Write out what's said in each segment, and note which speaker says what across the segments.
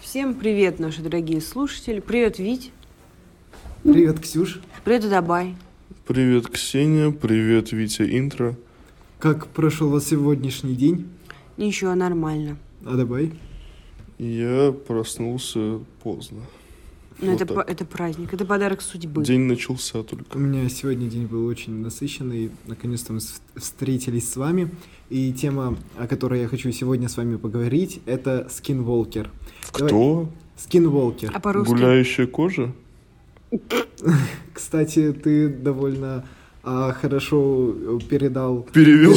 Speaker 1: Всем привет, наши дорогие слушатели. Привет, Вить.
Speaker 2: Привет, Ксюш.
Speaker 1: Привет, Удабай.
Speaker 3: Привет, Ксения. Привет, Витя Интро.
Speaker 2: Как прошел у вас сегодняшний день?
Speaker 1: Ничего, нормально.
Speaker 2: А давай.
Speaker 3: Я проснулся поздно.
Speaker 1: Но
Speaker 3: Вот
Speaker 1: это,
Speaker 3: так.
Speaker 1: п- это праздник, это подарок судьбы.
Speaker 3: День начался только.
Speaker 2: У меня сегодня день был очень насыщенный. Наконец-то мы с- встретились с вами. И тема, о которой я хочу сегодня с вами поговорить, это скинволкер. Давай.
Speaker 3: Кто?
Speaker 2: Скинволкер.
Speaker 1: А по-русски?
Speaker 3: Гуляющая кожа?
Speaker 2: Кстати, ты довольно а, хорошо э, передал
Speaker 3: Перевел.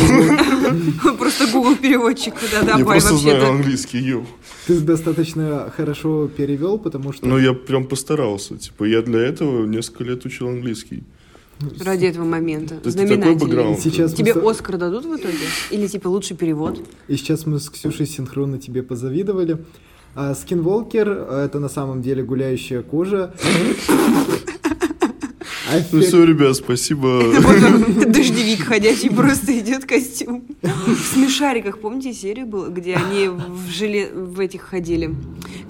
Speaker 1: Просто Google переводчик да,
Speaker 3: Я
Speaker 1: Удабай
Speaker 3: просто знаю
Speaker 1: вообще-то.
Speaker 3: английский, ё.
Speaker 2: Ты достаточно хорошо перевел, потому что...
Speaker 3: Но Ну, я прям постарался. Типа, я для этого несколько лет учил английский.
Speaker 1: Ради этого момента.
Speaker 3: есть ты такой
Speaker 1: Знаменательный.
Speaker 3: бэкграунд.
Speaker 2: Сейчас мы
Speaker 1: Тебе
Speaker 2: с-
Speaker 1: Оскар дадут в итоге? Или типа лучший перевод?
Speaker 2: И сейчас мы с Ксюшей синхронно тебе позавидовали. А скинволкер а, это на самом деле гуляющая кожа. А
Speaker 3: Ну
Speaker 2: эффект-
Speaker 3: все, ребят, спасибо.
Speaker 1: Вот он, дождевик ходячий, просто идет костюм. В смешариках, помните, серия была, где они в желе в этих ходили.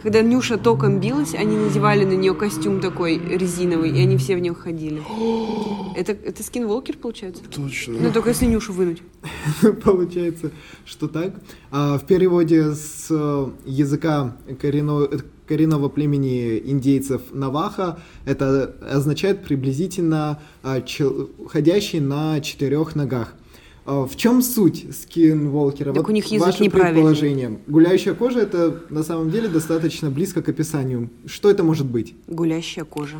Speaker 1: Когда Нюша током билась, они надевали на нее костюм такой резиновый, и они все в нем ходили. Это, это скинволкер, получается? Ну,
Speaker 3: Точно.
Speaker 1: только если Нюшу вынуть.
Speaker 2: Получается, что так. А в переводе с э, языка корено- э, коренного племени индейцев Наваха это означает приблизительно а, чел- ходящий на четырех ногах. А В чем суть скинволкера?
Speaker 1: Так у них язык
Speaker 2: ваше
Speaker 1: неправильный.
Speaker 2: предположение. Гуляющая кожа это на самом деле достаточно близко к описанию. Что это может быть?
Speaker 1: Гулящая кожа.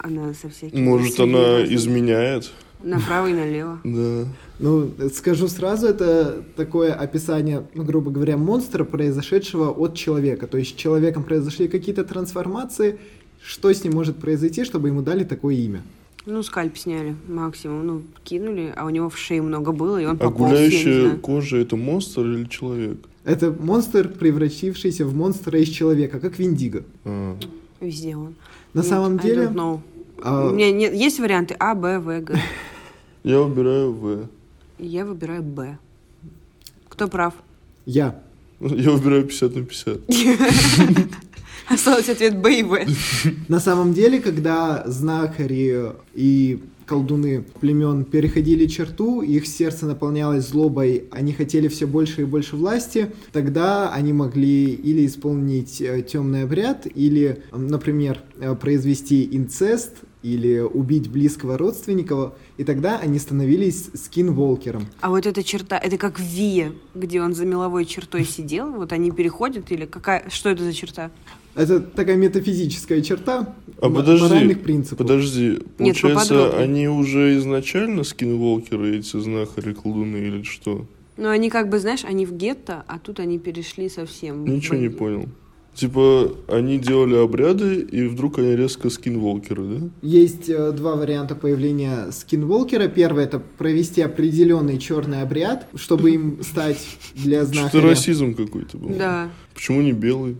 Speaker 1: Она со всякими...
Speaker 3: Может,
Speaker 1: всякими
Speaker 3: она
Speaker 1: разными.
Speaker 3: изменяет?
Speaker 1: Направо и налево.
Speaker 3: Да.
Speaker 2: Ну, скажу сразу, это такое описание, ну, грубо говоря, монстра, произошедшего от человека. То есть с человеком произошли какие-то трансформации, что с ним может произойти, чтобы ему дали такое имя.
Speaker 1: Ну, скальп сняли максимум. Ну, кинули, а у него в шее много было, и он
Speaker 3: А
Speaker 1: пополз, я не
Speaker 3: гуляющая
Speaker 1: знаю.
Speaker 3: кожа это монстр или человек?
Speaker 2: Это монстр, превратившийся в монстра из человека, как Виндиго.
Speaker 3: А.
Speaker 1: Везде он.
Speaker 2: На
Speaker 1: Нет,
Speaker 2: самом
Speaker 1: I
Speaker 2: деле,
Speaker 1: don't know.
Speaker 2: а,
Speaker 1: У меня нет, есть варианты А, Б, В, Г.
Speaker 3: Я выбираю В.
Speaker 1: И Я выбираю Б. Кто прав?
Speaker 2: я.
Speaker 3: Я выбираю 50 на 50.
Speaker 1: Осталось ответ Б и В.
Speaker 2: На самом деле, когда знахари и колдуны племен переходили черту, их сердце наполнялось злобой, они хотели все больше и больше власти, тогда они могли или исполнить э, темный обряд, или, м, например, э, произвести инцест, или убить близкого родственника, и тогда они становились скинволкером.
Speaker 1: А вот эта черта, это как Вия, где он за меловой чертой сидел. Вот они переходят или какая, что это за черта?
Speaker 2: Это такая метафизическая черта
Speaker 3: А
Speaker 2: м-
Speaker 3: подожди,
Speaker 2: моральных принципов.
Speaker 3: Подожди, получается,
Speaker 1: типа. ну поподробнее.
Speaker 3: они уже изначально скинволкеры, эти знахари, колдуны или что?
Speaker 1: Ну, они как бы, знаешь, они в гетто, а тут они перешли совсем. в
Speaker 3: Ничего не
Speaker 1: Б.
Speaker 3: понял. Типа, они делали обряды, и вдруг они резко скинволкеры, да?
Speaker 2: Есть э, два варианта появления скинволкера. Первый это провести определенный черный обряд, чтобы им стать для
Speaker 3: Что-то
Speaker 2: знахаря.
Speaker 3: расизм какой-то был.
Speaker 1: Да.
Speaker 3: Почему не белый?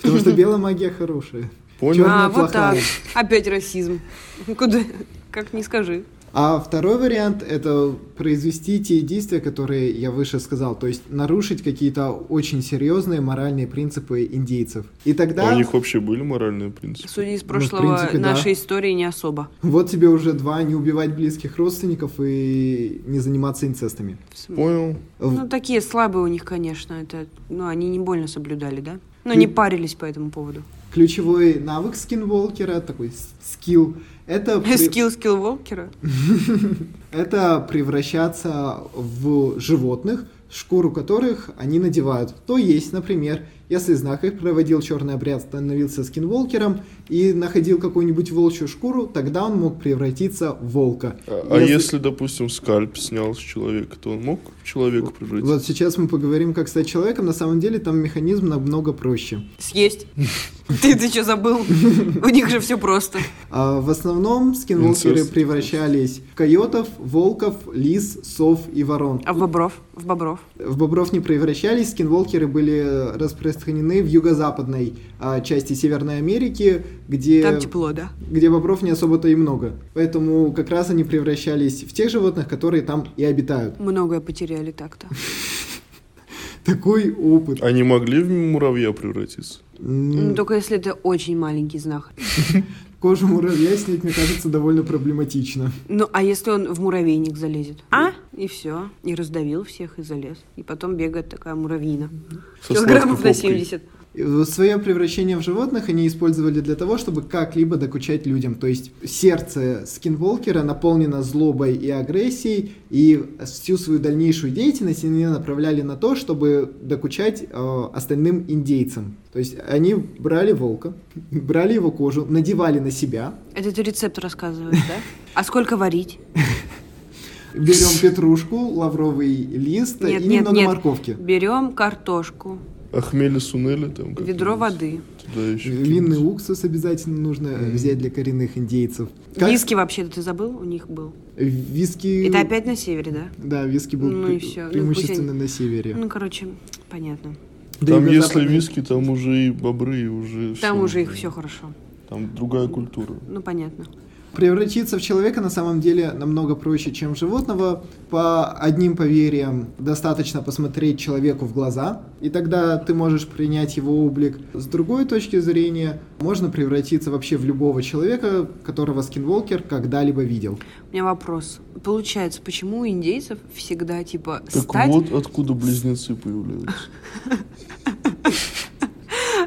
Speaker 2: Потому что белая магия хорошая.
Speaker 3: Понял?
Speaker 2: Чё? Черная
Speaker 1: А, вот так.
Speaker 2: плохая.
Speaker 1: Опять расизм. Куда? Как не скажи.
Speaker 2: А второй вариант это произвести те действия, которые я выше сказал, то есть нарушить какие-то очень серьезные моральные принципы индейцев. И
Speaker 3: А
Speaker 2: тогда
Speaker 3: у них вообще были моральные принципы?
Speaker 1: Судя из
Speaker 2: Ну, в
Speaker 1: прошлого
Speaker 2: принципе, да.
Speaker 1: нашей истории не особо.
Speaker 2: вот тебе уже два не убивать близких родственников и не заниматься инцестами.
Speaker 1: В смысле.
Speaker 3: Понял.
Speaker 1: Ну, такие слабые у них, конечно, это, ну, они не больно соблюдали, да? Но не парились по этому поводу.
Speaker 2: Ключевой навык скинволкера такой с- скилл это при-
Speaker 1: Скилл скилл волкера.
Speaker 2: Это превращаться в животных, шкуру которых они надевают. То есть, например, если знахарь проводил черный обряд, становился скинволкером и находил какую-нибудь волчью шкуру, тогда он мог превратиться в волка.
Speaker 3: А а если, допустим, скальп снял с человека, то он мог в человека превратиться?
Speaker 2: Вот сейчас мы поговорим, как стать человеком. На самом деле там механизм намного проще.
Speaker 1: Съесть. Ты, ты что забыл? У них же все просто.
Speaker 2: А в основном скинволкеры
Speaker 3: Инцест.
Speaker 2: превращались в койотов, волков, лис, сов и ворон.
Speaker 1: А в бобров? В бобров.
Speaker 2: В бобров не превращались, скинволкеры были распространены в юго-западной а, части Северной Америки, где,
Speaker 1: Там типа, тепло, да?
Speaker 2: где бобров не особо-то и много. Поэтому как раз они превращались в тех животных, которые там и обитают.
Speaker 1: Многое потеряли так-то.
Speaker 2: такой опыт.
Speaker 3: Они могли в муравья превратиться?
Speaker 1: Ну,
Speaker 2: М,
Speaker 1: только если это очень маленький знахарь.
Speaker 2: Кожу муравья снять, мне кажется, довольно проблематично.
Speaker 1: Ну, а если он в муравейник залезет? А? И все. И раздавил всех, и залез. И потом бегает такая муравьина.
Speaker 3: Со
Speaker 1: Килограммов на
Speaker 3: сладкой попкой.
Speaker 1: 70.
Speaker 2: Свое превращение в животных они использовали для того, чтобы как-либо докучать людям. То есть сердце скинволкера наполнено злобой и агрессией, и всю свою дальнейшую деятельность они направляли на то, чтобы докучать э, остальным индейцам. То есть они брали волка, брали его кожу, надевали на себя,
Speaker 1: Это ты рецепт рассказываешь, да? А сколько варить?
Speaker 2: берем петрушку, лавровый лист
Speaker 1: Нет,
Speaker 2: и
Speaker 1: нет,
Speaker 2: немного
Speaker 1: нет.
Speaker 2: морковки.
Speaker 1: Берем картошку,
Speaker 3: А хмели-сунели там как
Speaker 1: ведро воды.
Speaker 3: Туда еще
Speaker 2: Винный
Speaker 3: кинуть.
Speaker 2: уксус обязательно нужно э, взять для коренных индейцев. Как-
Speaker 1: Виски вообще-то ты забыл? У них был.
Speaker 2: Виски...
Speaker 1: Это опять на севере, да?
Speaker 2: Да, виски был
Speaker 1: Ну
Speaker 2: пре-
Speaker 1: и всё. Ну,
Speaker 2: преимущественно на севере.
Speaker 1: Ну, короче, понятно.
Speaker 2: Да
Speaker 3: Там
Speaker 2: и на
Speaker 3: если
Speaker 2: западной.
Speaker 3: виски, там уже и бобры, и уже
Speaker 1: Там
Speaker 3: всё.
Speaker 1: уже их все хорошо.
Speaker 3: Там другая культура.
Speaker 1: Ну, понятно.
Speaker 2: Превратиться в человека на самом деле намного проще, чем в животного. По одним поверьям достаточно посмотреть человеку в глаза, и тогда ты можешь принять его облик. С другой точки зрения, можно превратиться вообще в любого человека, которого скинволкер когда-либо видел.
Speaker 1: У меня вопрос. Получается, почему у индейцев всегда, типа,
Speaker 3: Так
Speaker 1: стать...
Speaker 3: вот откуда близнецы появляются.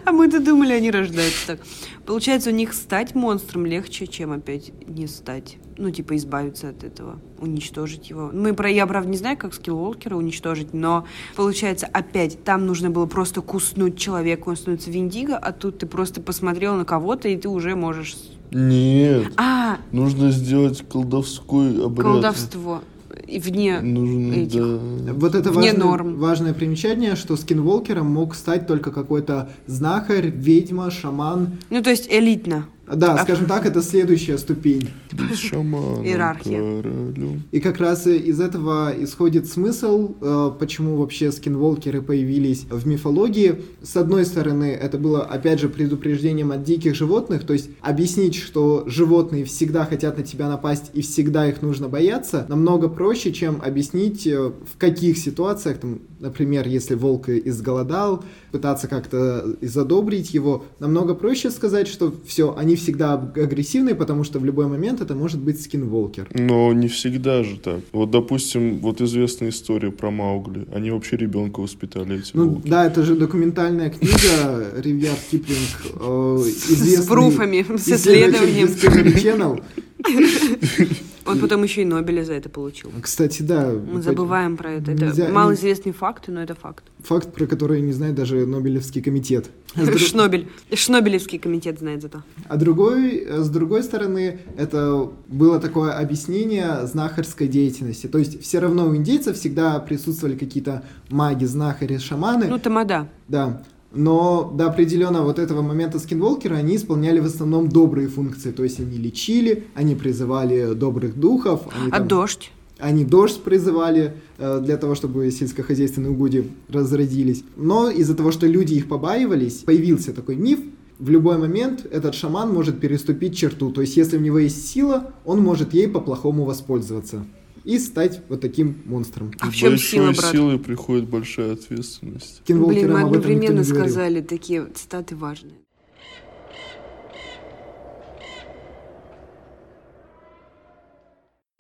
Speaker 1: А мы-то думали, они рождаются так. Получается, у них стать монстром легче, чем опять не стать. Ну, типа, избавиться от этого, уничтожить его. Мы про я, правда, не знаю, как скиллволкера уничтожить, но получается, опять там нужно было просто куснуть человека, он становится виндиго, а тут ты просто посмотрел на кого-то, и ты уже можешь... с-
Speaker 3: Нет,
Speaker 1: А,
Speaker 3: нужно сделать колдовской обряд.
Speaker 1: колдовство. И
Speaker 2: Ну.
Speaker 1: вне...
Speaker 3: Нужно,
Speaker 1: этих.
Speaker 3: да.
Speaker 2: Вот это
Speaker 1: Вне
Speaker 2: важное,
Speaker 1: норм.
Speaker 2: важное примечание, что скинволкером мог стать только какой-то знахарь, ведьма, шаман.
Speaker 1: Ну, то есть элитно.
Speaker 2: Да,
Speaker 1: А-
Speaker 2: скажем так, это следующая ступень.
Speaker 3: Быть шаманом,
Speaker 1: Иерархия.
Speaker 3: королем.
Speaker 2: И как раз и- из этого исходит смысл, э, почему вообще скинволкеры появились в мифологии. С одной стороны, это было, опять же, предупреждением от диких животных, то есть объяснить, что животные всегда хотят на тебя напасть и всегда их нужно бояться, намного проще, чем объяснить, э, в каких ситуациях, там, например, если волк и- изголодал, пытаться как-то и задобрить его, намного проще сказать, что все, они всегда агрессивны, потому что в любой момент это может быть скинволкер.
Speaker 3: Но не всегда же так. Вот, допустим, вот известная история про Маугли. Они вообще ребенка воспитали эти
Speaker 2: Ну
Speaker 3: волки.
Speaker 2: да, это же документальная книга Ривьяр Киплинг, э, известный
Speaker 1: С пруфами, с
Speaker 2: исследователь
Speaker 1: исследованием.
Speaker 2: Discovery Channel.
Speaker 1: Он потом еще и Нобеля за это получил.
Speaker 2: Кстати, да,
Speaker 1: Мы забываем про это.
Speaker 2: Нельзя-
Speaker 1: Это
Speaker 2: не-
Speaker 1: малоизвестные факты, но это факт.
Speaker 2: факт, про который не знает даже Нобелевский комитет. А с друг-
Speaker 1: Шнобель. Шнобелевский комитет знает зато.
Speaker 2: А другой, э, с другой стороны, это было такое объяснение знахарской деятельности. То есть все равно у индейцев всегда присутствовали какие-то маги, знахари, шаманы.
Speaker 1: Ну, тамада.
Speaker 2: Да. Но до определенного вот этого момента скинволкера они исполняли в основном добрые функции. То есть они лечили, они призывали добрых духов, они,
Speaker 1: А
Speaker 2: Ну, там-
Speaker 1: дождь?
Speaker 2: они дождь призывали э, для того, чтобы сельскохозяйственные угодья разродились. Но из-за того, что люди их побаивались, появился такой миф, в любой момент этот шаман может переступить черту. То есть если у него есть сила, он может ей по-плохому воспользоваться и стать вот таким монстром.
Speaker 1: А в
Speaker 3: С
Speaker 1: чем сила,
Speaker 3: большой
Speaker 1: брат?
Speaker 3: силой приходит большая ответственность.
Speaker 1: Блин,
Speaker 2: Скинволкерам
Speaker 1: мы
Speaker 2: об этом никто
Speaker 1: одновременно
Speaker 2: не говорил.
Speaker 1: сказали такие цитаты важные.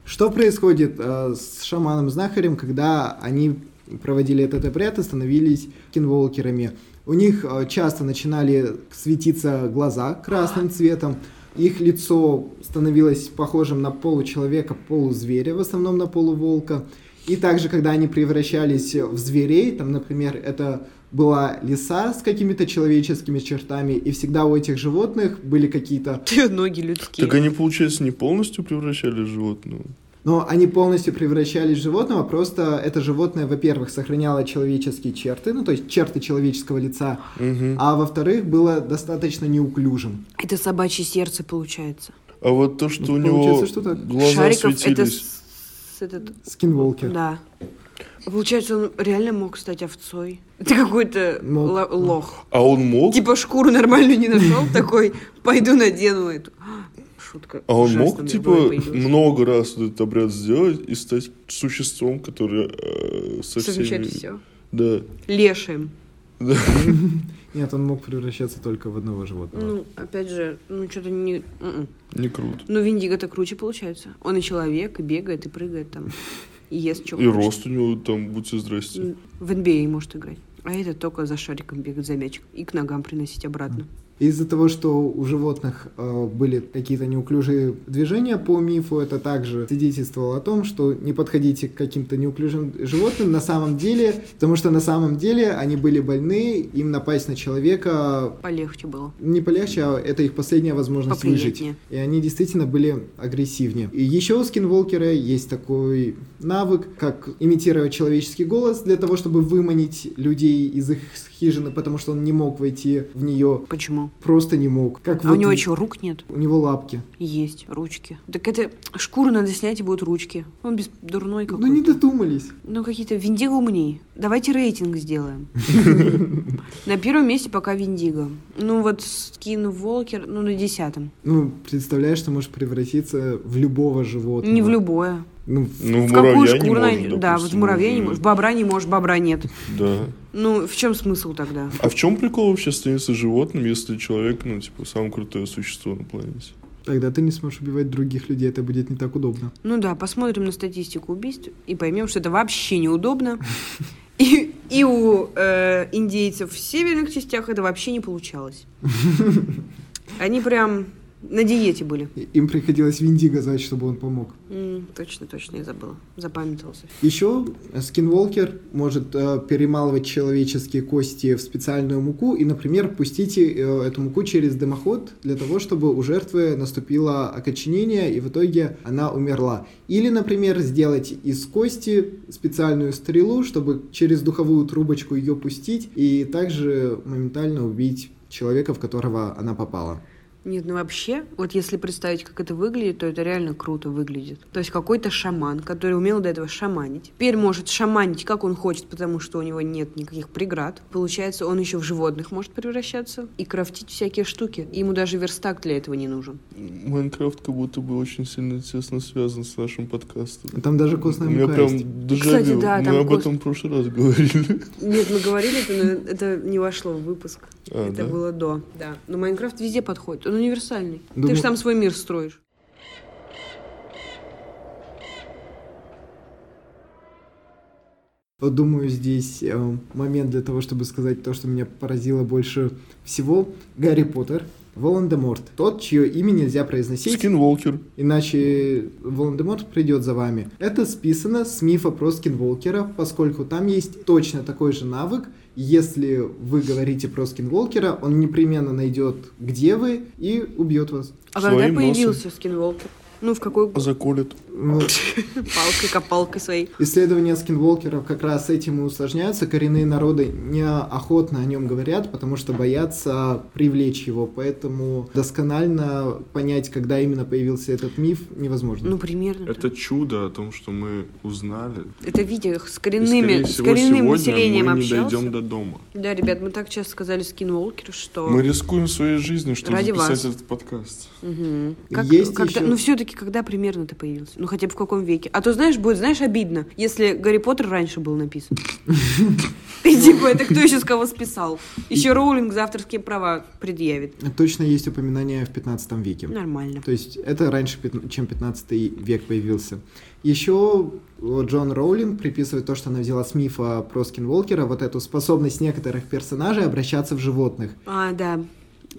Speaker 2: Что происходит э, с шаманом-знахарем, когда они проводили этот обряд и становились кинволкерами? У них э, часто начинали светиться глаза красным цветом, их лицо становилось похожим на получеловека, полузверя, в основном на полуволка. И также, когда они превращались в зверей, там, например, это была лиса с какими-то человеческими чертами, и всегда у этих животных были какие-то
Speaker 1: Ноги людские.
Speaker 3: Так они, получается, не полностью превращали животного?
Speaker 2: Но они полностью превращались в животного, просто это животное, во-первых, сохраняло человеческие черты, ну то есть черты человеческого лица,
Speaker 3: Мгм.
Speaker 2: а во-вторых, было достаточно неуклюжим.
Speaker 1: Это собачье сердце получается.
Speaker 3: А вот то, что
Speaker 2: Ну,
Speaker 3: у него
Speaker 2: получается, что так.
Speaker 3: глаза
Speaker 1: Шариков это
Speaker 3: светились...
Speaker 1: с, с этот...
Speaker 2: Скинволкер.
Speaker 1: Да. Получается, он реально мог стать овцой. Это какой-то
Speaker 2: Мог.
Speaker 1: ло- лох.
Speaker 3: А он мог?
Speaker 1: Типа шкуру нормальную не нашел, такой, пойду надену эту. Шутка.
Speaker 3: А он
Speaker 1: ужасная у
Speaker 3: мог,
Speaker 1: меня в
Speaker 3: типа,
Speaker 1: голове появилась.
Speaker 3: много раз этот обряд сделать и стать существом, которое э, со всеми...
Speaker 1: Совмещать все.
Speaker 3: Да.
Speaker 1: Лешим.
Speaker 3: Да.
Speaker 2: Нет, он мог превращаться только в одного животного.
Speaker 1: Ну, опять же, ну что-то не... м-м.
Speaker 3: Не круто.
Speaker 1: Ну, Виндиго-то круче получается. Он и человек, и бегает, и прыгает там. И ест что
Speaker 3: И рост у него там, будьте здрасте.
Speaker 1: М, В NBA может играть. А это только за шариком бегать за мячик и к ногам приносить обратно.
Speaker 2: Из-за того, что у животных э, были какие-то неуклюжие движения по мифу, это также свидетельствовало о том, что не подходите к каким-то неуклюжим животным на самом деле, потому что на самом деле они были больны, им напасть на человека
Speaker 1: Полегче было.
Speaker 2: не полегче, а это их последняя возможность выжить.
Speaker 1: Поприятнее.
Speaker 2: И они действительно были агрессивнее. И еще у скинволкера есть такой навык, как имитировать человеческий голос для того, чтобы выманить людей из их хижины, потому что он не мог войти в нее,
Speaker 1: Почему?
Speaker 2: просто не мог. Как
Speaker 1: А у
Speaker 2: вот
Speaker 1: него что, рук нет?
Speaker 2: У него лапки.
Speaker 1: Есть ручки. Так это шкуру надо снять, и будут ручки. Он без дурной какой-то.
Speaker 2: Ну не додумались.
Speaker 1: Ну, какие-то Виндиго умней. Давайте рейтинг сделаем. На первом месте пока Виндиго. Ну, вот Скин Волкер, ну, на десятом.
Speaker 2: Ну, представляешь, что можешь превратиться в любого животного.
Speaker 1: Не в любое.
Speaker 2: Ну, в-
Speaker 3: Ну,
Speaker 1: В
Speaker 3: в
Speaker 1: какую
Speaker 3: муравья не
Speaker 1: шкуру
Speaker 3: можно,
Speaker 1: найдешь? Да, вот
Speaker 3: допустим,
Speaker 1: муравья не
Speaker 3: уже.
Speaker 1: можешь. Бобра не можешь, бобра нет.
Speaker 3: Да.
Speaker 1: Ну, в чем смысл тогда?
Speaker 3: А в чем прикол вообще становиться животным, если человек, ну, типа, самое крутое существо на планете?
Speaker 2: тогда ты не сможешь убивать других людей, это будет не так удобно.
Speaker 1: Ну да, посмотрим на статистику убийств и поймем, что это вообще неудобно. И, и у э, индейцев в северных частях это вообще не получалось. Они прям на диете были.
Speaker 2: И- Им приходилось Виндиго звать, чтобы он помог.
Speaker 1: М, точно, точно, я забыла. Запамятовался.
Speaker 2: Еще скинволкер может э, перемалывать человеческие кости в специальную муку и, например, пустить э, эту муку через дымоход для того, чтобы у жертвы наступило окоченение и в итоге она умерла. Или, например, сделать из кости специальную стрелу, чтобы через духовую трубочку ее пустить и также моментально убить человека, в которого она попала.
Speaker 1: Нет, ну вообще, вот если представить, как это выглядит, то это реально круто выглядит. То есть какой-то шаман, который умел до этого шаманить, теперь может шаманить, как он хочет, потому что у него нет никаких преград. Получается, он еще в животных может превращаться и крафтить всякие штуки. Ему даже верстак для этого не нужен.
Speaker 3: Майнкрафт как будто бы очень сильно тесно связан с нашим подкастом.
Speaker 2: Там даже
Speaker 3: У
Speaker 2: костная
Speaker 3: меня
Speaker 2: мука есть.
Speaker 3: прям дежавю.
Speaker 1: Кстати, да,
Speaker 3: Мы
Speaker 1: там
Speaker 3: об
Speaker 1: кост-
Speaker 3: этом в прошлый раз говорили.
Speaker 1: Нет, мы говорили это, но это не вошло в выпуск.
Speaker 3: А,
Speaker 1: это
Speaker 3: да?
Speaker 1: было до. Да. Но Майнкрафт везде подходит. Он универсальный. Ты
Speaker 2: Думаю-
Speaker 1: же там свой мир строишь.
Speaker 2: Вот Думаю, здесь э, момент для того, чтобы сказать то, что меня поразило больше всего. Гарри Поттер, Волан-де-Морт, тот, чье имя нельзя произносить,
Speaker 3: Скинволкер.
Speaker 2: иначе Волан-де-Морт придет за вами. Это списано с мифа про скинволкера, поскольку там есть точно такой же навык. Если вы говорите про скинволкера, он непременно найдет, где вы, и убьет вас.
Speaker 1: А
Speaker 3: Своим
Speaker 1: когда
Speaker 3: носом. А
Speaker 1: появился скинволкер? Ну, в какой
Speaker 3: Заколет.
Speaker 2: Ну,
Speaker 1: палкой, копалкой своей.
Speaker 2: Исследования скинволкеров как раз этим и усложняются. Коренные народы неохотно о нем говорят, потому что боятся привлечь его. Поэтому досконально понять, когда именно появился этот миф, невозможно.
Speaker 1: Ну, примерно. так.
Speaker 4: Это чудо о том, что мы узнали.
Speaker 1: Это Витя с
Speaker 4: И,
Speaker 1: коренными,
Speaker 4: скорее
Speaker 1: с
Speaker 4: всего,
Speaker 1: коренным
Speaker 4: сегодня
Speaker 1: населением
Speaker 4: мы
Speaker 1: общался.
Speaker 4: не дойдем до дома.
Speaker 1: Да, ребят, мы так часто сказали скинволкеры, что...
Speaker 3: Мы рискуем своей жизнью, чтобы
Speaker 1: Ради
Speaker 3: записать
Speaker 1: вас.
Speaker 3: этот подкаст.
Speaker 1: Мгм. Как,
Speaker 2: Есть
Speaker 1: когда-
Speaker 2: еще-
Speaker 1: Ну, все-таки, когда примерно ты появился? Ну, хотя бы в каком веке? А то, знаешь, будет, знаешь, обидно, если Гарри Поттер раньше был написан. И типа, это кто еще с кого списал? Еще Роулинг за авторские права предъявит.
Speaker 2: Точно есть упоминание в 15 веке.
Speaker 1: Нормально.
Speaker 2: То есть это раньше, пятна- чем 15 век появился. Еще Джон Роулинг приписывает то, что она взяла с мифа про скинволкера, вот эту способность некоторых персонажей обращаться в животных.
Speaker 1: А, да,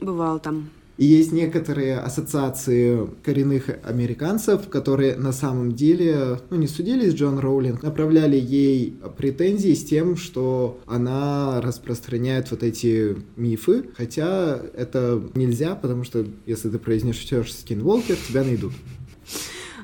Speaker 1: бывал там.
Speaker 2: И есть некоторые ассоциации коренных американцев, которые на самом деле, ну, не судились Джон Роулинг, направляли ей претензии с тем, что она распространяет вот эти мифы, хотя это нельзя, потому что если ты произнесешь скинволкер, тебя найдут.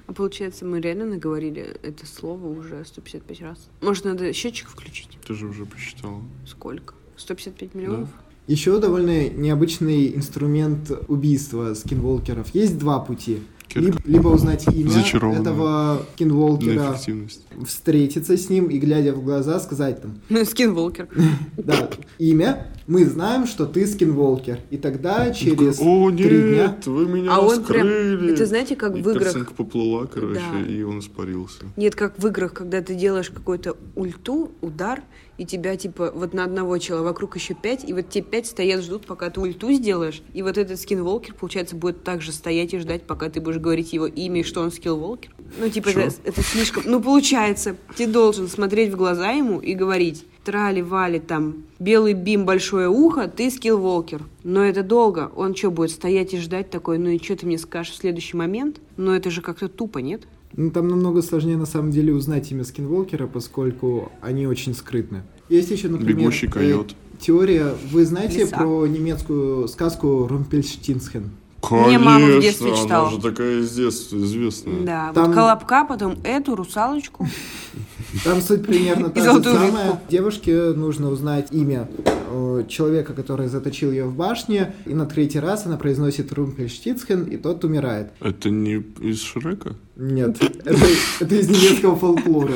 Speaker 1: А получается, мы реально наговорили это слово уже 155 раз. Может, надо счетчик включить?
Speaker 3: Ты же уже посчитал.
Speaker 1: Сколько? 155 миллионов?
Speaker 2: Еще довольно необычный инструмент убийства скинволкеров. Есть два пути. Либо,
Speaker 3: Кирка.
Speaker 2: либо узнать имя
Speaker 3: Зачарованного.
Speaker 2: этого скинволкера,
Speaker 3: На эффективность.
Speaker 2: встретиться с ним и, глядя в глаза, сказать там,
Speaker 1: Ну, скинволкер.
Speaker 2: Да, имя. Мы знаем, что ты скинволкер. И тогда через
Speaker 3: О,
Speaker 2: три дня.
Speaker 3: нет, вы меня
Speaker 1: А он прям...
Speaker 3: раскрыли.
Speaker 1: Это знаете, как
Speaker 3: И
Speaker 1: в играх...
Speaker 3: картинка поплыла, короче,
Speaker 1: Да.
Speaker 3: и он испарился.
Speaker 1: Нет, как в играх, когда ты делаешь какую-то ульту, удар, и тебя, типа, вот на одного чела вокруг еще пять, и вот те пять стоят, ждут, пока ты ульту сделаешь, и вот этот скинволкер, получается, будет также стоять и ждать, пока ты будешь говорить его имя и что он скиллволкер. Ну, типа, это, это слишком... Ну, получается, ты должен смотреть в глаза ему и говорить, трали-вали там, белый бим, большое ухо, ты скиллволкер. Но это долго. Он что, будет стоять и ждать такой, ну и что ты мне скажешь в следующий момент? Но это же как-то тупо, нет?
Speaker 2: Ну, там намного сложнее, на самом деле, узнать имя Скинволкера, поскольку они очень скрытны. Есть еще, например...
Speaker 4: Бегущий койот.
Speaker 2: э, теория. Вы знаете
Speaker 1: Лиса.
Speaker 2: про немецкую сказку Румпельштинсхен?
Speaker 1: Мне мама в детстве
Speaker 4: Конечно,
Speaker 1: читала.
Speaker 4: Она же такая из детства известная.
Speaker 1: Да,
Speaker 2: Там-
Speaker 1: вот Колобка, потом эту русалочку.
Speaker 2: Там суть примерно та
Speaker 1: И
Speaker 2: же
Speaker 1: золотую
Speaker 2: самая.
Speaker 1: рыбку.
Speaker 2: Девушке нужно узнать имя э, человека, который заточил ее в башне, и на третий раз она произносит Румпельштинсхен, и тот умирает.
Speaker 4: Это не из Шрека?
Speaker 2: Нет, это, это из немецкого фолклора.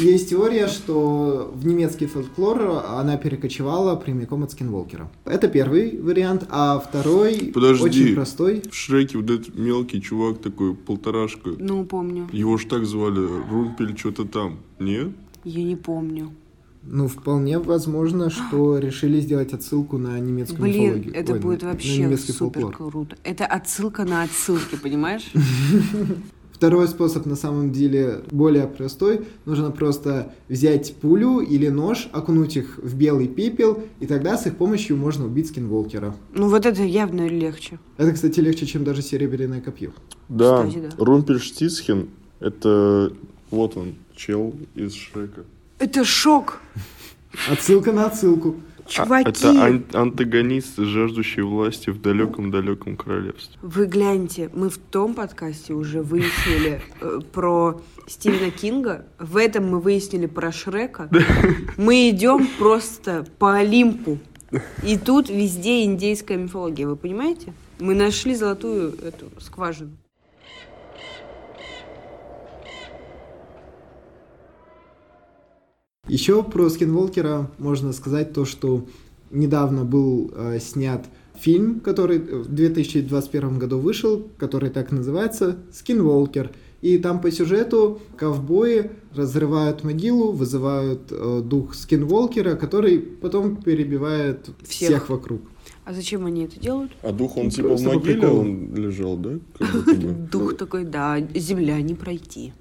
Speaker 2: Есть теория, что в немецкий фольклор она перекочевала прямиком от скинволкера. Это первый вариант, а второй
Speaker 4: Подожди.
Speaker 2: очень простой.
Speaker 4: В Шреке вот этот мелкий чувак такой, полторашка.
Speaker 1: Ну, помню.
Speaker 4: Его ж так звали, Румпель что-то там. Нет?
Speaker 1: Я не помню.
Speaker 2: Ну, вполне возможно, что решили сделать отсылку на немецкую
Speaker 1: Блин,
Speaker 2: мифологию.
Speaker 1: это
Speaker 2: Ой,
Speaker 1: будет
Speaker 2: на- на
Speaker 1: вообще
Speaker 2: немецкий
Speaker 1: супер
Speaker 2: фольклор.
Speaker 1: круто. Это отсылка на отсылки, понимаешь?
Speaker 2: Второй способ на самом деле более простой. Нужно просто взять пулю или нож, окунуть их в белый пепел, и тогда с их помощью можно убить скинволкера.
Speaker 1: Ну, вот это явно легче.
Speaker 2: Это, кстати, легче, чем даже серебряное копье.
Speaker 3: Да,
Speaker 1: Кстати, да.
Speaker 3: Румпельштицхен – это вот он, чел из Шрека.
Speaker 1: Это шок!
Speaker 2: Отсылка на отсылку.
Speaker 3: А,
Speaker 1: Чуваки!
Speaker 4: А, Это ан- антагонист, жаждущий власти в далеком-далеком королевстве.
Speaker 1: Вы гляньте, мы в том подкасте уже выяснили э, про Стивена Кинга, в этом мы выяснили про Шрека. Мы идем просто по Олимпу. И тут везде индейская мифология, вы понимаете? Мы нашли золотую эту скважину.
Speaker 2: Еще про Скинволкера можно сказать то, что недавно был э, снят фильм, который э, в 2021 году вышел, который так называется «Скинволкер». И там по сюжету ковбои разрывают могилу, вызывают э, дух Скинволкера, который потом перебивает всех,
Speaker 1: Всех.
Speaker 2: вокруг.
Speaker 1: А зачем они это делают?
Speaker 3: А дух,
Speaker 2: Ну,
Speaker 3: он типа в
Speaker 2: просто по
Speaker 3: могиле
Speaker 2: приколу.
Speaker 3: он лежал, да? Как будто бы.
Speaker 1: Дух такой, да, земля, не пройти.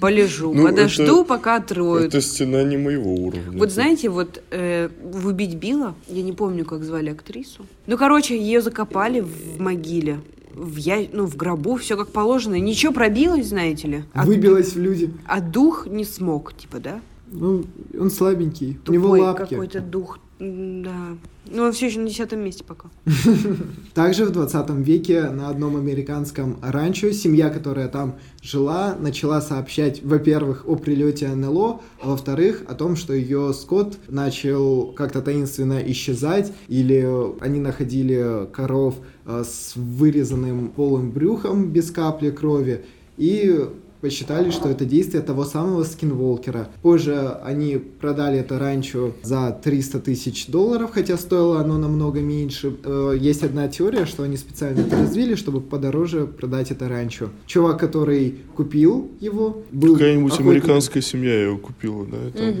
Speaker 1: Полежу,
Speaker 3: Ну,
Speaker 1: подожду,
Speaker 3: это-
Speaker 1: пока отроют.
Speaker 3: Это стена не моего уровня.
Speaker 1: Вот знаете, вот э, в «Убить Билла», я не помню, как звали актрису. Ну, короче, ее закопали в могиле. В я, ну, в гробу, все как положено. И Ничего пробилось, знаете ли. А,
Speaker 2: Выбилось в люди.
Speaker 1: а дух не смог, типа, да?
Speaker 2: Ну, он слабенький, у него
Speaker 1: Тупой
Speaker 2: лапки.
Speaker 1: какой-то дух. М, Да. Ну, он все еще на десятом месте пока.
Speaker 2: Также в 20 веке на одном американском ранчо семья, которая там жила, начала сообщать, во-первых, о прилете НЛО, а во-вторых, о том, что ее скот начал как-то таинственно исчезать, или они находили коров э, с вырезанным полым брюхом без капли крови, и посчитали, что это действие того самого скинволкера. Позже они продали это ранчо за 300 тысяч долларов, хотя стоило оно намного меньше. Э, Есть одна теория, что они специально это развили, чтобы подороже продать это ранчо. Чувак, который купил его, был
Speaker 3: Какая-нибудь
Speaker 2: охотником-
Speaker 3: американская семья его купила, да? это?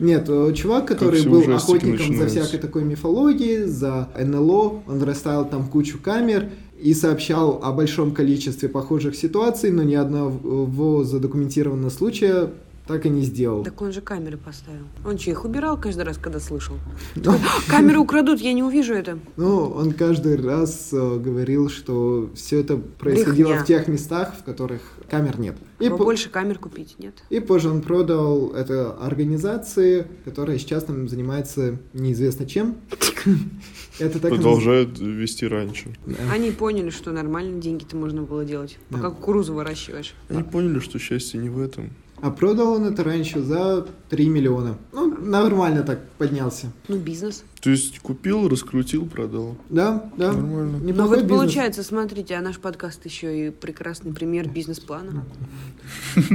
Speaker 2: Нет, э, чувак, который
Speaker 3: все
Speaker 2: был
Speaker 3: ужастики
Speaker 2: охотником за
Speaker 3: начинаются.
Speaker 2: всякой такой мифологией, за НЛО, он расставил там кучу камер и сообщал о большом количестве похожих ситуаций, но ни одного задокументированного случая так и не сделал.
Speaker 1: Так он же камеры поставил. Он че, их убирал каждый раз, когда слышал? Такой, «А, Камеры украдут, я не увижу это.
Speaker 2: Ну, он каждый раз э, говорил, что все это происходило
Speaker 1: Брехня.
Speaker 2: в тех местах, в которых камер нет. И, по-
Speaker 1: Побольше камер купить, нет?
Speaker 2: и позже он продал это организации, которая сейчас там занимается неизвестно чем. Это так и наз-
Speaker 3: Продолжают вести раньше.
Speaker 1: Они поняли, что нормально деньги-то можно было делать,
Speaker 2: Да.
Speaker 1: пока кукурузу выращиваешь.
Speaker 3: Они поняли, что счастье не в этом.
Speaker 2: А продал он это раньше за 3 миллиона. Ну, нормально так поднялся.
Speaker 1: Ну, бизнес.
Speaker 3: То есть купил, раскрутил, продал.
Speaker 2: Да, да.
Speaker 3: Нормально.
Speaker 1: Ну,
Speaker 2: Неплохой
Speaker 1: вот
Speaker 2: бизнес.
Speaker 1: получается, смотрите, а наш подкаст еще и прекрасный пример бизнес-плана.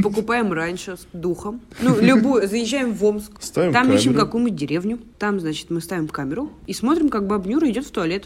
Speaker 1: Покупаем раньше с духом. Ну, любую, заезжаем в Омск.
Speaker 3: Ставим
Speaker 1: Там ищем
Speaker 3: камеру.
Speaker 1: какую-нибудь деревню. Там, значит, мы ставим камеру и смотрим, как бабнюра идет в туалет.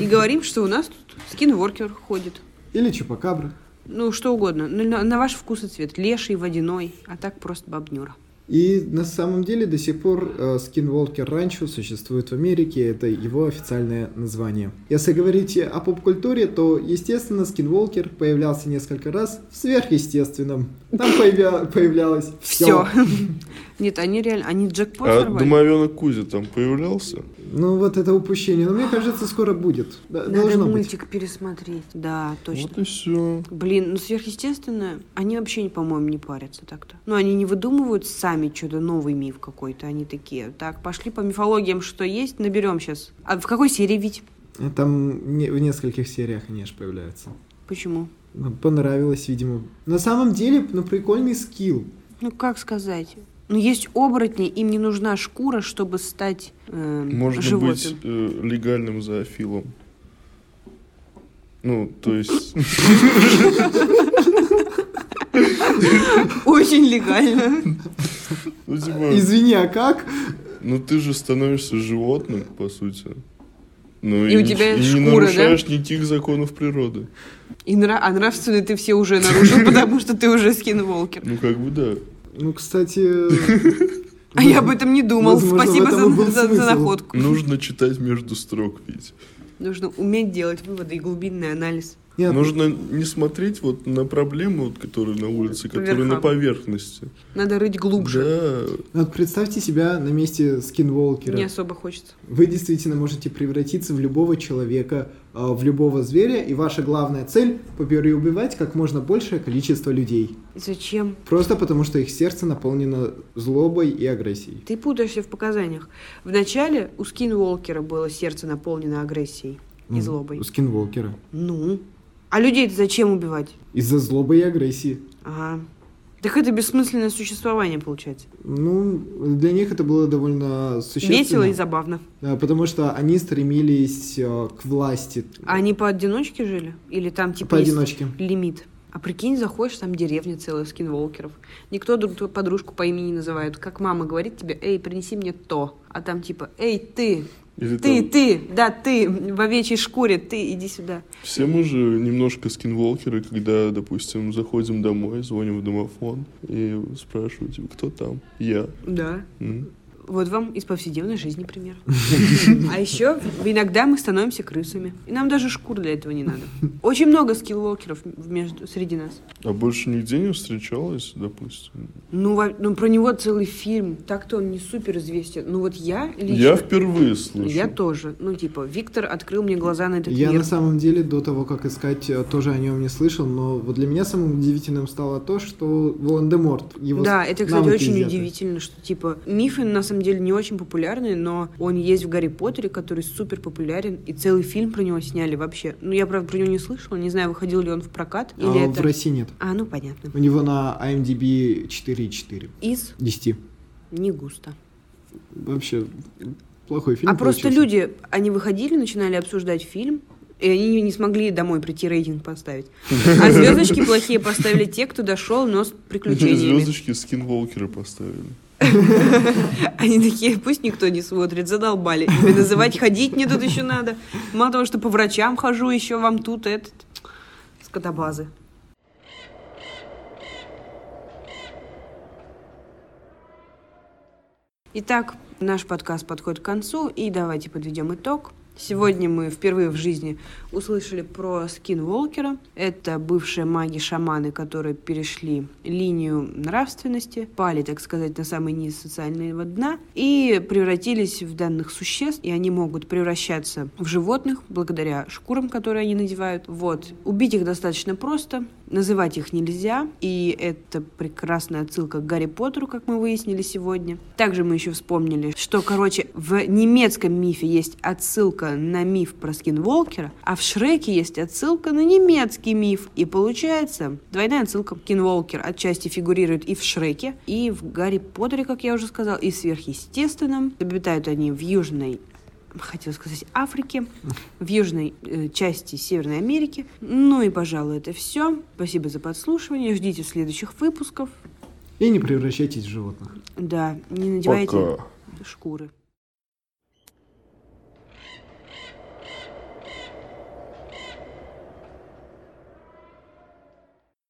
Speaker 1: И говорим, что у нас тут скинворкер ходит.
Speaker 2: Или чупакабра.
Speaker 1: Ну, что угодно. Ну, на, на ваш вкус и цвет. Леший, водяной, а так просто бабнюра.
Speaker 2: И на самом деле до сих пор э, Skinwalker Rancho существует в Америке, это его официальное название. Если говорить о поп-культуре, то, естественно, Skinwalker появлялся несколько раз в сверхъестественном. Там появля- появлялось все.
Speaker 1: Все. Нет, они реально, они джекпот
Speaker 3: А
Speaker 1: сорвали.
Speaker 3: домовенок Кузя там появлялся?
Speaker 2: Ну вот это упущение, но мне кажется, скоро будет. Да,
Speaker 1: Надо
Speaker 2: Должно быть.
Speaker 1: мультик пересмотреть. Да, точно.
Speaker 3: Вот и все.
Speaker 1: Блин, ну сверхъестественное, они вообще, по-моему, не парятся так-то. Ну, они не выдумывают сами что-то, новый миф какой-то. Они такие, так, пошли по мифологиям, что есть, наберем сейчас. А в какой серии ведь?
Speaker 2: Там не- в нескольких сериях они же появляются.
Speaker 1: Почему?
Speaker 2: Ну, Понравилось, видимо. На самом деле, ну прикольный скилл.
Speaker 1: Ну, как сказать? Ну, есть оборотни, им не нужна шкура, чтобы стать эм,
Speaker 3: Можно
Speaker 1: животным.
Speaker 3: быть э, легальным зоофилом. Ну, то есть,
Speaker 1: Очень легально.
Speaker 3: ну, типа,
Speaker 2: Извини, а как?
Speaker 3: ну ты же становишься животным, по сути. Ну,
Speaker 1: И у
Speaker 3: нич-
Speaker 1: тебя
Speaker 3: и не
Speaker 1: шкура, да?
Speaker 3: нарушаешь никаких законов природы.
Speaker 1: И нра- а нравственные ты все уже нарушил, потому что ты уже скинволкер.
Speaker 3: Ну, как бы да.
Speaker 2: Ну, кстати,
Speaker 1: А я об этом не думал.
Speaker 2: Возможно, в
Speaker 1: Спасибо
Speaker 2: этом
Speaker 1: за-
Speaker 2: и был
Speaker 1: за за
Speaker 2: смысл.
Speaker 1: находку.
Speaker 3: Нужно читать между строк, ведь.
Speaker 1: Нужно уметь делать выводы и глубинный анализ.
Speaker 2: нет,
Speaker 3: Нужно не смотреть вот на проблемы, вот, которые на улице,
Speaker 1: По
Speaker 3: которые на
Speaker 1: верхам.
Speaker 3: поверхности.
Speaker 1: Надо рыть глубже.
Speaker 3: Да.
Speaker 2: ну, вот представьте себя на месте скинволкера.
Speaker 1: Не особо хочется.
Speaker 2: Вы действительно можете превратиться в любого человека, э, в любого зверя, и ваша главная цель — убивать как можно большее количество людей.
Speaker 1: Зачем?
Speaker 2: Просто потому, что их сердце наполнено злобой и агрессией.
Speaker 1: Ты путаешься в показаниях. Вначале у скинволкера было сердце наполнено агрессией и
Speaker 2: Ну,
Speaker 1: злобой.
Speaker 2: У скинволкера.
Speaker 1: Ну? А людей зачем убивать?
Speaker 2: Из-за злобы и агрессии.
Speaker 1: Ага. Так это бессмысленное существование получается.
Speaker 2: Ну, для них это было довольно существенно.
Speaker 1: Весело и забавно.
Speaker 2: Да, Э, Потому что они стремились э, к власти.
Speaker 1: А они поодиночке жили? Или там типа есть
Speaker 2: Поодиночке.
Speaker 1: лимит? А прикинь, заходишь, там деревня целая скинволкеров. Никто друг друга подружку по имени не называет. Как мама говорит тебе, эй, принеси мне то. А там типа, эй, ты,
Speaker 3: Или
Speaker 1: ты,
Speaker 3: там,
Speaker 1: ты, да, ты, в овечьей шкуре, ты, иди сюда.
Speaker 3: все мы же немножко скинволкеры, когда, допустим, заходим домой, звоним в домофон и спрашиваем, типа, кто там? Я.
Speaker 1: Да.
Speaker 3: М?
Speaker 1: Вот вам из повседневной жизни пример. А еще иногда мы становимся крысами. И нам даже шкур для этого не надо. Очень много скиллвокеров в- между- среди нас.
Speaker 3: А больше нигде не встречалась, допустим.
Speaker 1: Ну, во- ну, про него целый фильм. Так-то он не супер известен. Ну, вот я лично...
Speaker 3: Я впервые слышу.
Speaker 1: Я тоже. Ну, типа, Виктор открыл мне глаза на этот
Speaker 2: Я
Speaker 1: мир.
Speaker 2: на самом деле до того, как искать, э, тоже о нем не слышал, но вот для меня самым удивительным стало то, что Волан-де-Морт. Его
Speaker 1: Да,
Speaker 2: с-
Speaker 1: это, кстати,
Speaker 2: навыки
Speaker 1: очень
Speaker 2: изъяты.
Speaker 1: удивительно, что, типа, мифы, на самом деле, не очень популярны, но он есть в «Гарри Поттере», который супер популярен, и целый фильм про него сняли вообще. Ну, я, правда, про него не слышала, не знаю, выходил ли он в прокат,
Speaker 2: А
Speaker 1: или
Speaker 2: в
Speaker 1: это...
Speaker 2: России нет.
Speaker 1: А, ну, понятно.
Speaker 2: У него на IMDb 4,4.
Speaker 1: Из
Speaker 2: 10.
Speaker 1: не густо.
Speaker 2: Вообще плохой фильм
Speaker 1: а просто
Speaker 2: получился.
Speaker 1: люди, они выходили, начинали обсуждать фильм, и они не смогли домой прийти рейтинг поставить. А звездочки плохие поставили те, кто дошел, но с приключениями.
Speaker 3: Звездочки скинволкеры поставили.
Speaker 1: Они такие, пусть никто не смотрит, задолбали. Вы называть, ходить мне тут еще надо. Мало того, что по врачам хожу, еще вам тут этот скотобазы. Итак, наш подкаст подходит к концу, и давайте подведем итог. Сегодня мы впервые в жизни услышали про скинволкера. Это бывшие маги-шаманы, которые перешли линию нравственности, пали, так сказать, на самый низ социального дна и превратились в данных существ, и они могут превращаться в животных благодаря шкурам, которые они надевают. Вот. Убить их достаточно просто, называть их нельзя, и это прекрасная отсылка к Гарри Поттеру, как мы выяснили сегодня. Также мы еще вспомнили, что, короче, в немецком мифе есть отсылка на миф про Скинволкера, а в Шреке есть отсылка на немецкий миф. И получается, двойная отсылка. Скинволкер отчасти фигурирует и в Шреке, и в Гарри Поттере, как я уже сказал, и в Сверхъестественном. Обитают они в Южной хотела сказать, Африке, в южной э, части Северной Америки. Ну и, пожалуй, это все. Спасибо за подслушивание. Ждите следующих выпусков.
Speaker 2: И не превращайтесь в животных.
Speaker 1: Да, не надевайте
Speaker 3: Пока.
Speaker 1: шкуры.